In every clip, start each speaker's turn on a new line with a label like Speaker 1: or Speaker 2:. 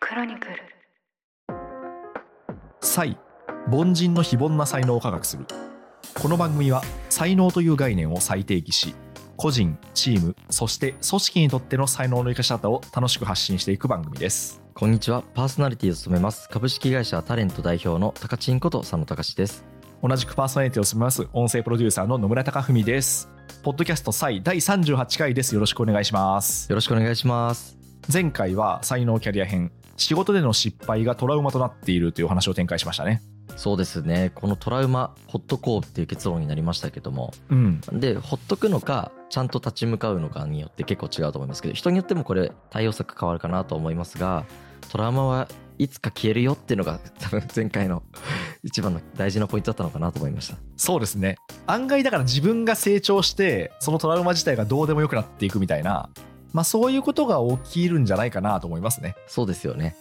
Speaker 1: クロニクル
Speaker 2: 才凡人の非凡な才能を科学するこの番組は才能という概念を再定義し個人チームそして組織にとっての才能の生かし方を楽しく発信していく番組です
Speaker 3: こんにちは。パーソナリティを務めます。株式会社タレント代表の高知んこと佐野隆です。
Speaker 2: 同じくパーソナリティを務めます音声プロデューサーの野村貴文ですポッドキャスト才第38回ですよろしくお願いします
Speaker 3: よろしくお願いします。
Speaker 2: 前回は才能キャリア編仕事での失敗がトラウマとなっているというお話を展開しましたね
Speaker 3: そうですね。このトラウマ、ほっとこうっていう結論になりましたけども。
Speaker 2: うん
Speaker 3: で、ほっとくのか、ちゃんと立ち向かうのかによって結構違うと思いますけど、人によってもこれ対応策変わるかなと思いますが、トラウマはいつか消えるよっていうのが 多分前回の一番の大事なポイントだったのかなと思いました。
Speaker 2: そうですね案外だから自分が成長してそのトラウマ自体がどうでもよくなっていくみたいなまあそういうことが起きるんじゃないかなと思いますね
Speaker 3: そうですよね。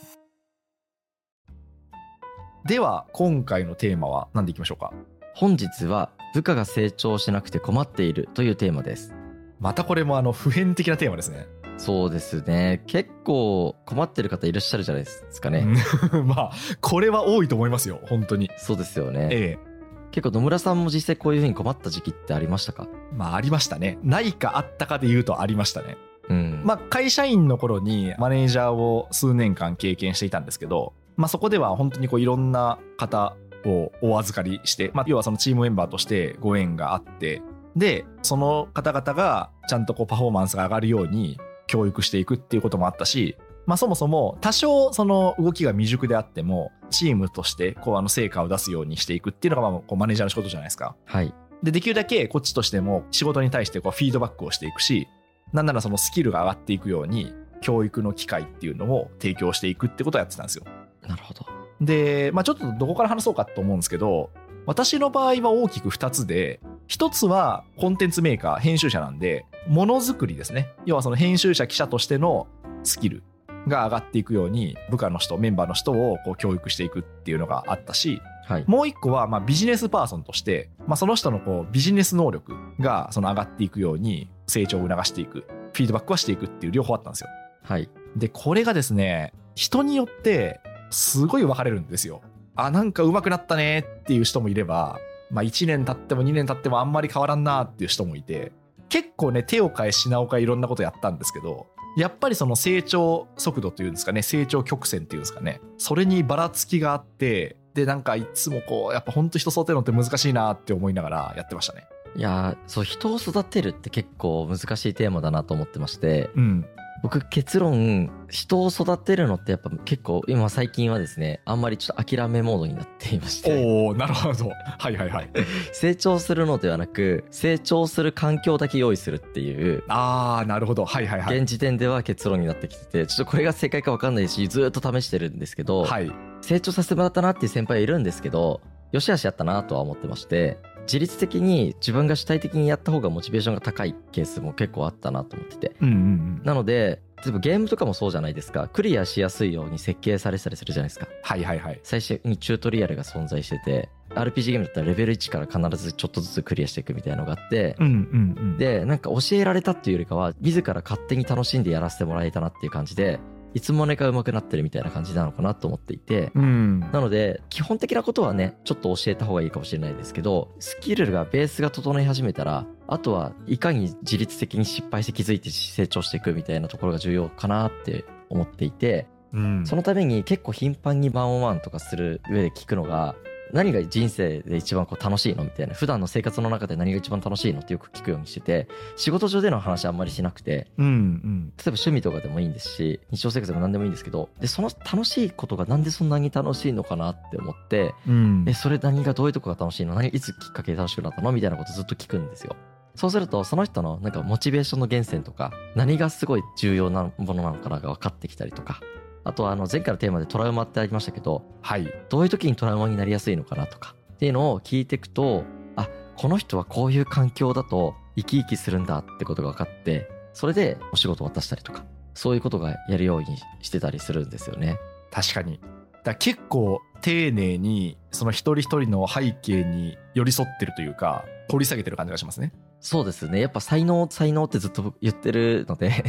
Speaker 2: では今回のテーマは何でいきましょうか
Speaker 3: 本日は部下が成長しなくて困っているというテーマです。
Speaker 2: またこれもあの普遍的なテーマですね
Speaker 3: そうですね。結構困ってる方いらっしゃるじゃないですかね。
Speaker 2: うんまあこれは多いと思いますよ本当に
Speaker 3: そうですよね。
Speaker 2: ええ
Speaker 3: 結構野村さんも実際こういうふうに困った時期ってありましたか
Speaker 2: まあありましたねないかあったかで言うとありましたね
Speaker 3: うん。
Speaker 2: まあ、会社員の頃にマネージャーを数年間経験していたんですけど、まあ、そこでは本当にこういろんな方をお預かりして、まあ、要はそのチームメンバーとしてご縁があってでその方々がちゃんとこうパフォーマンスが上がるように教育していくっていうこともあったし、まあ、そもそも多少その動きが未熟であってもチームとしてこうあの成果を出すようにしていくっていうのがまあこうマネージャーの仕事じゃないですか。
Speaker 3: はい。
Speaker 2: で、できるだけこっちとしても仕事に対してこうフィードバックをしていくし、なんならそのスキルが上がっていくように、教育の機会っていうのを提供していくってことをやってたんですよ。
Speaker 3: なるほど。
Speaker 2: で、まあちょっとどこから話そうかと思うんですけど、私の場合は大きく2つで、1つはコンテンツメーカー、編集者なんで、ものづくりですね。要はその編集者、記者としてのスキルが上がっていくように、部下の人、メンバーの人をこう教育していくっていうのがあったし、
Speaker 3: はい。
Speaker 2: もう一個はまあビジネスパーソンとして、まあ、その人のこうビジネス能力がその上がっていくように成長を促していくフィードバックはしていくっていう両方あったんですよ
Speaker 3: はい。
Speaker 2: でこれがですね人によってすごい分かれるんですよあなんか上手くなったねっていう人もいれば、まあ、1年経っても2年経ってもあんまり変わらんなっていう人もいて結構ね手を変え品を変えいろんなことやったんですけどやっぱりその成長速度というんですかね成長曲線っていうんですかねそれにばらつきがあってでなんかいつもこうやっぱほんと人育てるのって難しいなって思いながらやってましたね
Speaker 3: いやーそう、人を育てるって結構難しいテーマだなと思ってまして、
Speaker 2: うん
Speaker 3: 僕結論、人を育てるのってやっぱ結構今最近はですね、あんまりちょっと諦めモードになっていまして、
Speaker 2: お おなるほどはいはいはい
Speaker 3: 成長するのではなく、成長する環境だけ用意するっていう、
Speaker 2: ああなるほどはいはいはい
Speaker 3: 現時点では結論になってきててちょっとこれが正解か分かんないしずーっと試してるんですけど、
Speaker 2: はい
Speaker 3: 成長させてもらったなっていう先輩はいるんですけどよしあしやったなとは思ってまして自律的に自分が主体的にやった方がモチベーションが高いケースも結構あったなと思ってて
Speaker 2: うんうんうん
Speaker 3: なので例えばゲームとかもそうじゃないですかクリアしやすいように設計されてたりするじゃないですか
Speaker 2: はいはいはい
Speaker 3: 最初にチュートリアルが存在してて RPG ゲームだったらレベル1から必ずちょっとずつクリアしていくみたいなのがあって
Speaker 2: うんうんうん、
Speaker 3: でなんか教えられたっていうよりかは自ら勝手に楽しんでやらせてもらえたなっていう感じでいつもねか上手くなってるみたいな感じなのかなと思っていて
Speaker 2: うん、
Speaker 3: なので基本的なことはねちょっと教えた方がいいかもしれないですけどスキルがベースが整い始めたらあとはいかに自律的に失敗して気づいて成長していくみたいなところが重要かなって思っていて
Speaker 2: うん
Speaker 3: そのために結構頻繁にワンオンワンとかする上で聞くのが何が人生で一番こう楽しいのみたいな普段の生活の中で何が一番楽しいのってよく聞くようにしてて仕事上での話あんまりしなくて
Speaker 2: うんうん
Speaker 3: 例えば趣味とかでもいいんですし日常生活でも何でもいいんですけどでその楽しいことがなんでそんなに楽しいのかなって思って
Speaker 2: うん
Speaker 3: えそれ何がどういうとこが楽しいの何いつきっかけで楽しくなったのみたいなことずっと聞くんですよそうするとその人のなんかモチベーションの源泉とか何がすごい重要なものなのかなが分かってきたりとかあとはあの前回のテーマでトラウマってありましたけど
Speaker 2: はい
Speaker 3: どういう時にトラウマになりやすいのかなとかっていうのを聞いていくとあこの人はこういう環境だと生き生きするんだってことが分かってそれでお仕事を渡したりとかそういうことがやるようにしてたりするんですよね
Speaker 2: 確かにだから結構丁寧 にその一人一人の背景に寄り添ってるというか掘り下げてる感じがしますね、
Speaker 3: そうですね。やっぱ才能、才能ってずっと言ってるので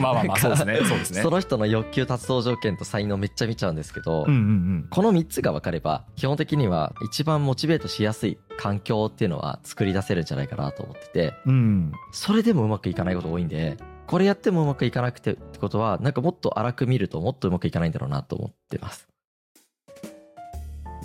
Speaker 2: まあまあまあそう ですねそうですね
Speaker 3: その人の欲求達成条件と才能めっちゃ見ちゃうんですけど、
Speaker 2: うんうんうん
Speaker 3: この3つが分かれば、基本的には一番モチベートしやすい環境っていうのは作り出せるんじゃないかなと思ってて、
Speaker 2: うん
Speaker 3: それでもうまくいかないこと多いんで、これやってもうまくいかなくてってことは、なんかもっと荒く見るともっとうまくいかないんだろうなと思ってます。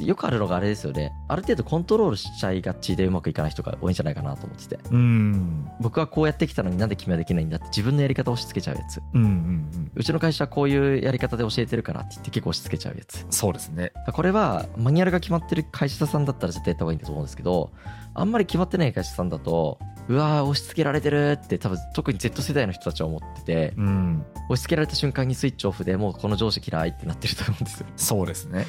Speaker 3: よくあるのがあれですよね。ある程度コントロールしちゃいがちでうまくいかない人が多いんじゃないかなと思ってて。
Speaker 2: うん
Speaker 3: 僕はこうやってきたのになんで君はできないんだって自分のやり方を押し付けちゃうやつ。
Speaker 2: うんうんうん
Speaker 3: うちの会社はこういうやり方で教えてるからって言って結構押し付けちゃうやつ。
Speaker 2: そうですね
Speaker 3: これはマニュアルが決まってる会社さんだったら絶対やった方がいいんだと思うんですけどあんまり決まってない会社さんだとうわー押し付けられてるって多分特に Z 世代の人たちは思ってて
Speaker 2: うん
Speaker 3: 押し付けられた瞬間にスイッチオフでもうこの上司嫌いってなってると思うんですよ
Speaker 2: そうですね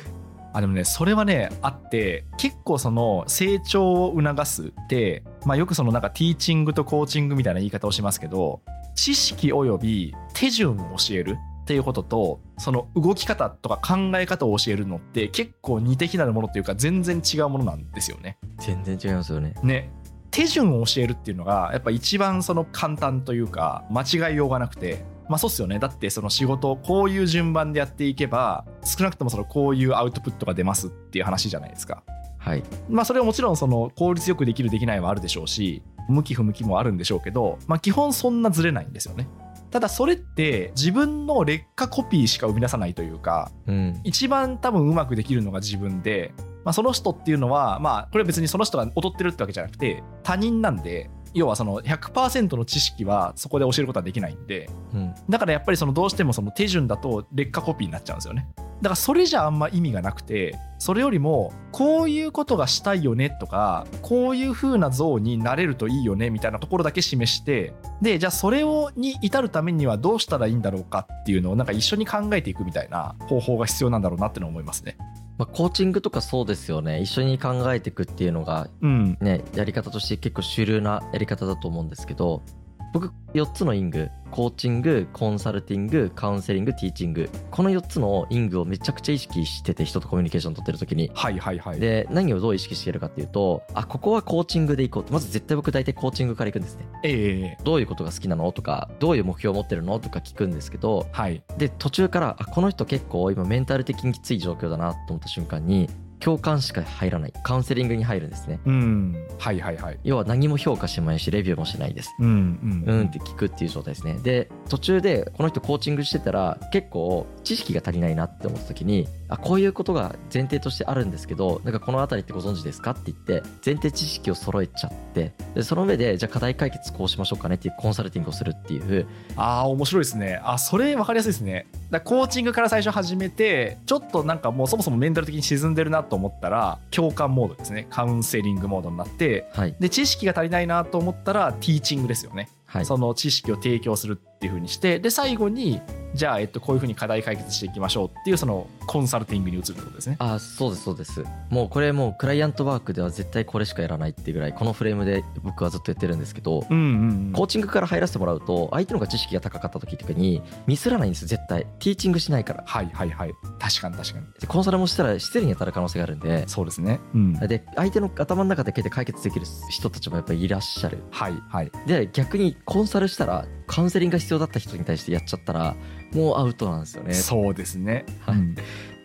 Speaker 2: あでもねそれはねあって結構その成長を促すって、まあ、よくそのなんかティーチングとコーチングみたいな言い方をしますけど知識および手順を教えるっていうこととその動き方とか考え方を教えるのって結構似て非なるものっていうか全然違うものなんですよね。
Speaker 3: 全然違いますよね
Speaker 2: ね手順を教えるっていうのがやっぱ一番その簡単というか間違いようがなくてまあそうっすよねだってその仕事をこういう順番でやっていけば少なくともそのこういうアウトプットが出ますっていう話じゃないですか
Speaker 3: はい
Speaker 2: まあそれはもちろんその効率よくできるできないはあるでしょうし向き不向きもあるんでしょうけどまあ基本そんなずれないんですよねただそれって自分の劣化コピーしか生み出さないというか
Speaker 3: うん
Speaker 2: 一番多分うまくできるのが自分で、まあ、その人っていうのは、まあ、これは別にその人が劣ってるってわけじゃなくて他人なんで要はその100%の知識はそこで教えることはできないんで
Speaker 3: うん
Speaker 2: だからやっぱりそのどうしてもその手順だと劣化コピーになっちゃうんですよねだからそれじゃあんま意味がなくてそれよりもこういうことがしたいよねとかこういう風な像になれるといいよねみたいなところだけ示してでじゃあそれをに至るためにはどうしたらいいんだろうかっていうのをなんか一緒に考えていくみたいな方法が必要なんだろうなってのは思いますね
Speaker 3: まあ、コーチングとかそうですよね一緒に考えていくっていうのが
Speaker 2: うん
Speaker 3: ね、やり方として結構主流なやり方だと思うんですけど僕4つのイングコーチングコンサルティングカウンセリングティーチングこの4つのイングをめちゃくちゃ意識してて人とコミュニケーション取ってる時に。
Speaker 2: はいはいはい
Speaker 3: で何をどう意識してるかっていうとあここはコーチングでいこうってまず絶対僕大体コーチングから行くんですね
Speaker 2: ええ
Speaker 3: どういうことが好きなのとかどういう目標を持ってるのとか聞くんですけど
Speaker 2: はい
Speaker 3: で途中からあこの人結構今メンタル的にきつい状況だなと思った瞬間に共感しか入らないカウンセリングに入るんですね
Speaker 2: うんはいはいはい
Speaker 3: 要は何も評価しないしレビューもしないです
Speaker 2: うんう
Speaker 3: うんって聞くっていう状態ですねで途中でこの人コーチングしてたら結構知識が足りないなって思った時にあこういうことが前提としてあるんですけどなんかこの辺りってご存知ですかって言って前提知識を揃えちゃってでその上でじゃあ課題解決こうしましょうかねっていうコンサルティングをするっていう
Speaker 2: ああ面白いですねあそれ分かりやすいですねだからコーチングから最初始めてちょっとなんかもうそもそもメンタル的に沈んでるなと思ったら共感モードですねカウンセリングモードになって
Speaker 3: はい
Speaker 2: で知識が足りないなと思ったらティーチングですよね、
Speaker 3: はい
Speaker 2: その知識を提供するっていう風にしてで最後にじゃあ、えっと、こういう風に課題解決していきましょうっていうそのコンサルティングに移るってことですね
Speaker 3: あそうですそうですもうこれもうクライアントワークでは絶対これしかやらないっていうぐらいこのフレームで僕はずっとやってるんですけど
Speaker 2: うんうん
Speaker 3: コーチングから入らせてもらうと相手の方が知識が高かった時とかにミスらないんですよ絶対ティーチングしないから
Speaker 2: はいはいはい確かに確かに
Speaker 3: でコンサルもしたら失礼に当たる可能性があるんで
Speaker 2: そうですねうん
Speaker 3: で相手の頭の中だけで解決できる人たちもやっぱりいらっしゃる
Speaker 2: はいはい
Speaker 3: で逆にコンサルしたらカウンセリングが必要だった人に対してやっちゃったらもうアウトなんですよね
Speaker 2: そうですね、
Speaker 3: はい
Speaker 2: うん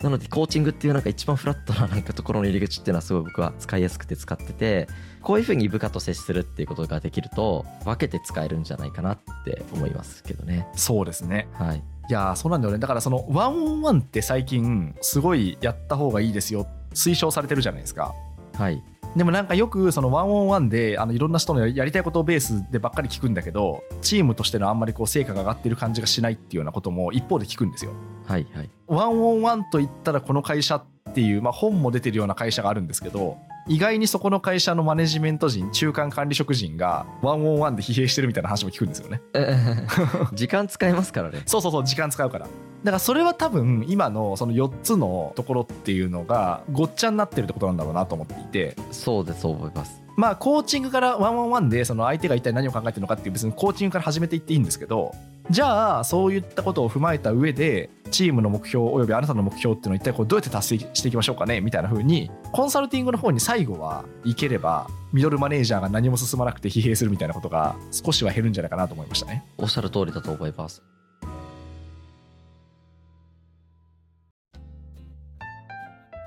Speaker 3: なのでコーチングっていうなんか一番フラットななんかところの入り口っていうのはすごい僕は使いやすくて使っててこういうふうに部下と接するっていうことができると分けて使えるんじゃないかなって思いますけどね
Speaker 2: そうですね
Speaker 3: はい
Speaker 2: いやーそうなんだよねだからそのワンオンワンって最近すごいやった方がいいですよ推奨されてるじゃないですか
Speaker 3: はい
Speaker 2: でもなんかよくそのワンオンワンであのいろんな人のやりたいことをベースでばっかり聞くんだけどチームとしてのあんまりこう成果が上がってる感じがしないっていうようなことも一方で聞くんですよ
Speaker 3: はいはい
Speaker 2: ワンオンワンといったらこの会社っていう、まあ、本も出てるような会社があるんですけど意外にそこの会社のマネジメント陣中間管理職陣がワンオンワンで疲弊してるみたいな話も聞くんですよね
Speaker 3: ええ 時間使えますからね
Speaker 2: そうそうそう時間使うからだからそれは多分今のその4つのところっていうのがごっちゃになってるってことなんだろうなと思っていて
Speaker 3: そうですそう思います
Speaker 2: まあコーチングからワンワンワンでその相手が一体何を考えてるのかっていう別にコーチングから始めていっていいんですけどじゃあそういったことを踏まえた上でチームの目標およびあなたの目標っていうのを一体こうどうやって達成していきましょうかねみたいな風にコンサルティングの方に最後はいければミドルマネージャーが何も進まなくて疲弊するみたいなことが少しは減るんじゃないかなと思いましたね。
Speaker 3: おっしゃる通りだと思います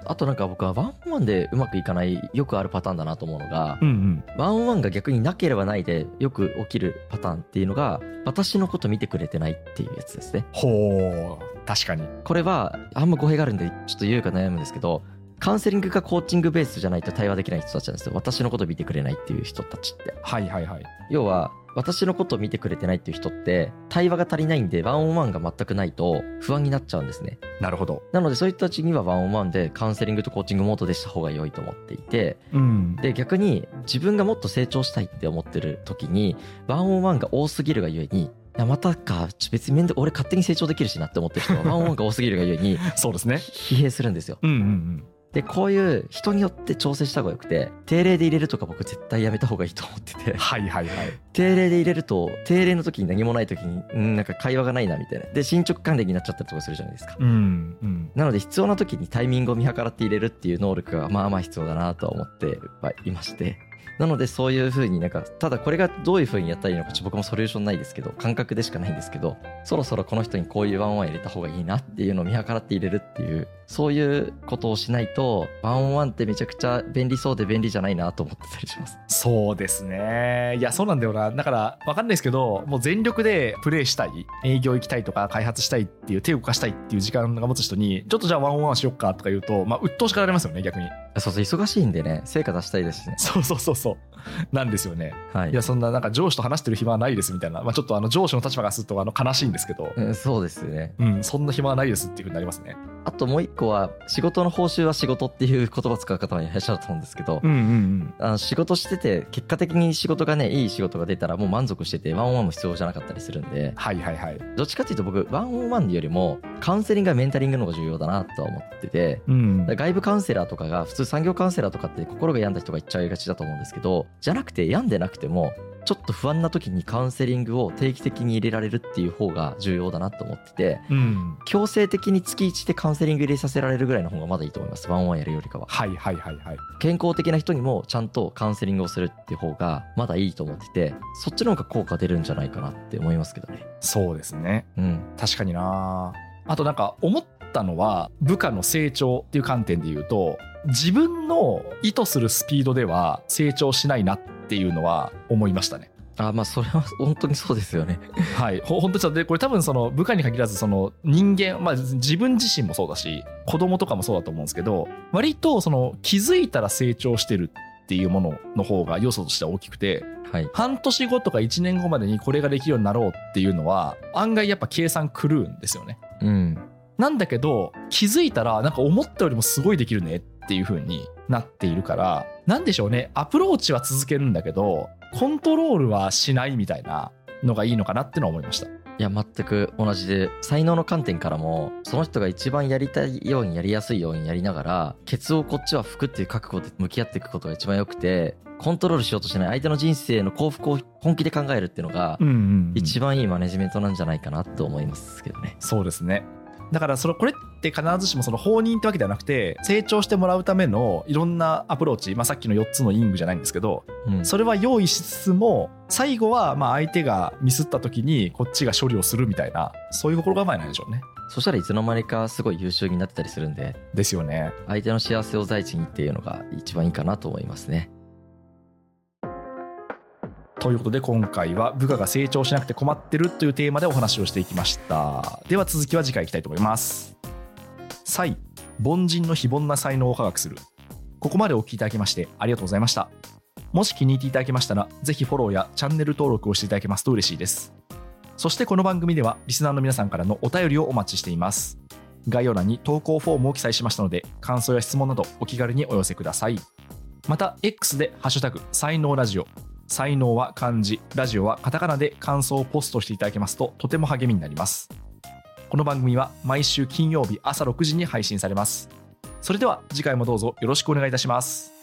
Speaker 3: あとなんか僕はワンオンワンでうまくいかないよくあるパターンだなと思うのが
Speaker 2: うんうん、
Speaker 3: ワンオンワンが逆になければないでよく起きるパターンっていうのが私のこと見てくれてないっていうやつですね
Speaker 2: ほう確かに。
Speaker 3: これはあんま語弊があるんでちょっと言うか悩むんですけどカウンセリングかコーチングベースじゃないと対話できない人たちなんですよ私のこと見てくれないっていう人たちって
Speaker 2: はいはいはい。
Speaker 3: 要は私のことを見てくれてないっていう人って対話が足りないんでワンオンワンが全くないと不安になっちゃうんですね
Speaker 2: なるほど。
Speaker 3: なのでそういう人たちにはワンオンワンでカウンセリングとコーチングモードでした方が良いと思っていて
Speaker 2: うん、
Speaker 3: で逆に自分がもっと成長したいって思ってる時にワンオンワンが多すぎるがゆえにいやまたかちょ別に面倒俺勝手に成長できるしなって思ってる人はワンオンワンが多すぎるがゆえに
Speaker 2: そうですね。
Speaker 3: 疲弊するんですよ
Speaker 2: うんうん
Speaker 3: でこういう人によって調整した方がよくて定例で入れるとか僕絶対やめた方がいいと思って
Speaker 2: う
Speaker 3: て
Speaker 2: ん。はいはいはい。
Speaker 3: 定例で入れると定例の時に何もない時にうんなんか会話がないなみたいなで進捗管理になっちゃったりとかするじゃないですか
Speaker 2: うんうん。
Speaker 3: なので必要な時にタイミングを見計らって入れるっていう能力がまあまあ必要だなとは思ってはいましてなのでそういう風になんかただこれがどういう風にやったらいいのかちょっと僕もソリューションないですけど感覚でしかないんですけどそろそろこの人にこういうワンオンワン入れた方がいいなっていうのを見計らって入れるっていうそういうことをしないとワンオンワンってめちゃくちゃ便利そうで便利じゃないなと思ってたりします
Speaker 2: そうですね。いや、そうなんだよな。だから、わかんないですけど、もう全力でプレイしたい、営業行きたいとか、開発したいっていう、手を動かしたいっていう時間が持つ人に、ちょっとじゃあワンオンワンしよっかとか言うと、まあ、鬱陶しかられますよね、逆に。
Speaker 3: そうそう忙しいんでね成果出したいですしね
Speaker 2: そうそうそうそう。なんですよね。
Speaker 3: はい
Speaker 2: いや、そんな、なんか上司と話してる暇はないですみたいな。まあ、ちょっとあの上司の立場がすると、あの、悲しいんですけど、
Speaker 3: うんそうですね
Speaker 2: うん、そんな暇はないですっていうふうになりますね。
Speaker 3: あともう一個は仕事の報酬は仕事っていう言葉使う方もいらっしゃると思うんですけど、
Speaker 2: うんうんうん。
Speaker 3: あの仕事してて結果的に仕事がねいい仕事が出たらもう満足しててワンオンワンも必要じゃなかったりするんで
Speaker 2: はいはいはい。
Speaker 3: どっちかっていうと僕ワンオンワンよりもカウンセリングやメンタリングの方が重要だなとは思ってて。
Speaker 2: うん
Speaker 3: だから外部カウンセラーとかが普通産業カウンセラーとかって心が病んだ人が言っちゃいがちだと思うんですけどじゃなくて病んでなくてもちょっと不安な時にカウンセリングを定期的に入れられるっていう方が重要だなと思ってて
Speaker 2: うん。
Speaker 3: 強制的に月1でカウンセリング入れさせられるぐらいの方がまだいいと思いますワンオンワンやるよりかは
Speaker 2: はいはいはいはい。
Speaker 3: 健康的な人にもちゃんとカウンセリングをするっていう方がまだいいと思っててそっちの方が効果出るんじゃないかなって思いますけどね
Speaker 2: そうですね。
Speaker 3: うん
Speaker 2: 確かになあとなんか思ったのは部下の成長っていう観点で言うと自分の意図するスピードでは成長しないなっていうのは思いましたね。
Speaker 3: あまあそれは本当にそうですよね
Speaker 2: はい、ほ本当ちょっとでこれ多分その部下に限らずその人間、まあ、自分自身もそうだし子供とかもそうだと思うんですけど割とその気づいたら成長してるっていうものの方が要素としては大きくて
Speaker 3: はい
Speaker 2: 半年後とか1年後までにこれができるようになろうっていうのは案外やっぱ計算狂うんですよね。
Speaker 3: うん
Speaker 2: なんだけど気づいたらなんか思ったよりもすごいできるねっていう風になっているからなんでしょうねアプローチは続けるんだけどコントロールはしないみたいなのがいいのかなってのは思いました。
Speaker 3: いや全く同じで才能の観点からもその人が一番やりたいようにやりやすいようにやりながらケツをこっちは拭くっていう覚悟で向き合っていくことが一番良くてコントロールしようとしない相手の人生の幸福を本気で考えるっていうのが
Speaker 2: うんうんうん
Speaker 3: 一番いいマネジメントなんじゃないかなと思いますけどね
Speaker 2: そうですねだからそのこれって必ずしもその放任ってわけではなくて成長してもらうためのいろんなアプローチ、まあ、さっきの4つのイングじゃないんですけど
Speaker 3: うん
Speaker 2: それは用意しつつも最後はまあ相手がミスった時にこっちが処理をするみたいなそういう心構えなんでしょうね。
Speaker 3: そしたらいつの間にかすごい優秀になってたりするんで
Speaker 2: ですよね。
Speaker 3: 相手の幸せを第一にっていうのが一番いいかなと思いますね
Speaker 2: ということで今回は部下が成長しなくて困ってるというテーマでお話をしていきましたでは続きは次回いきたいと思います才凡人の非凡な才能を科学するここまでお聞きいただきましてありがとうございましたもし気に入っていただけましたらぜひフォローやチャンネル登録をしていただけますと嬉しいですそしてこの番組ではリスナーの皆さんからのお便りをお待ちしています概要欄に投稿フォームを記載しましたので感想や質問などお気軽にお寄せくださいまた X でハッシュタグ才能ラジオ才能は漢字ラジオはカタカナで感想をポストしていただけますととても励みになりますこの番組は毎週金曜日朝6時に配信されますそれでは次回もどうぞよろしくお願いいたします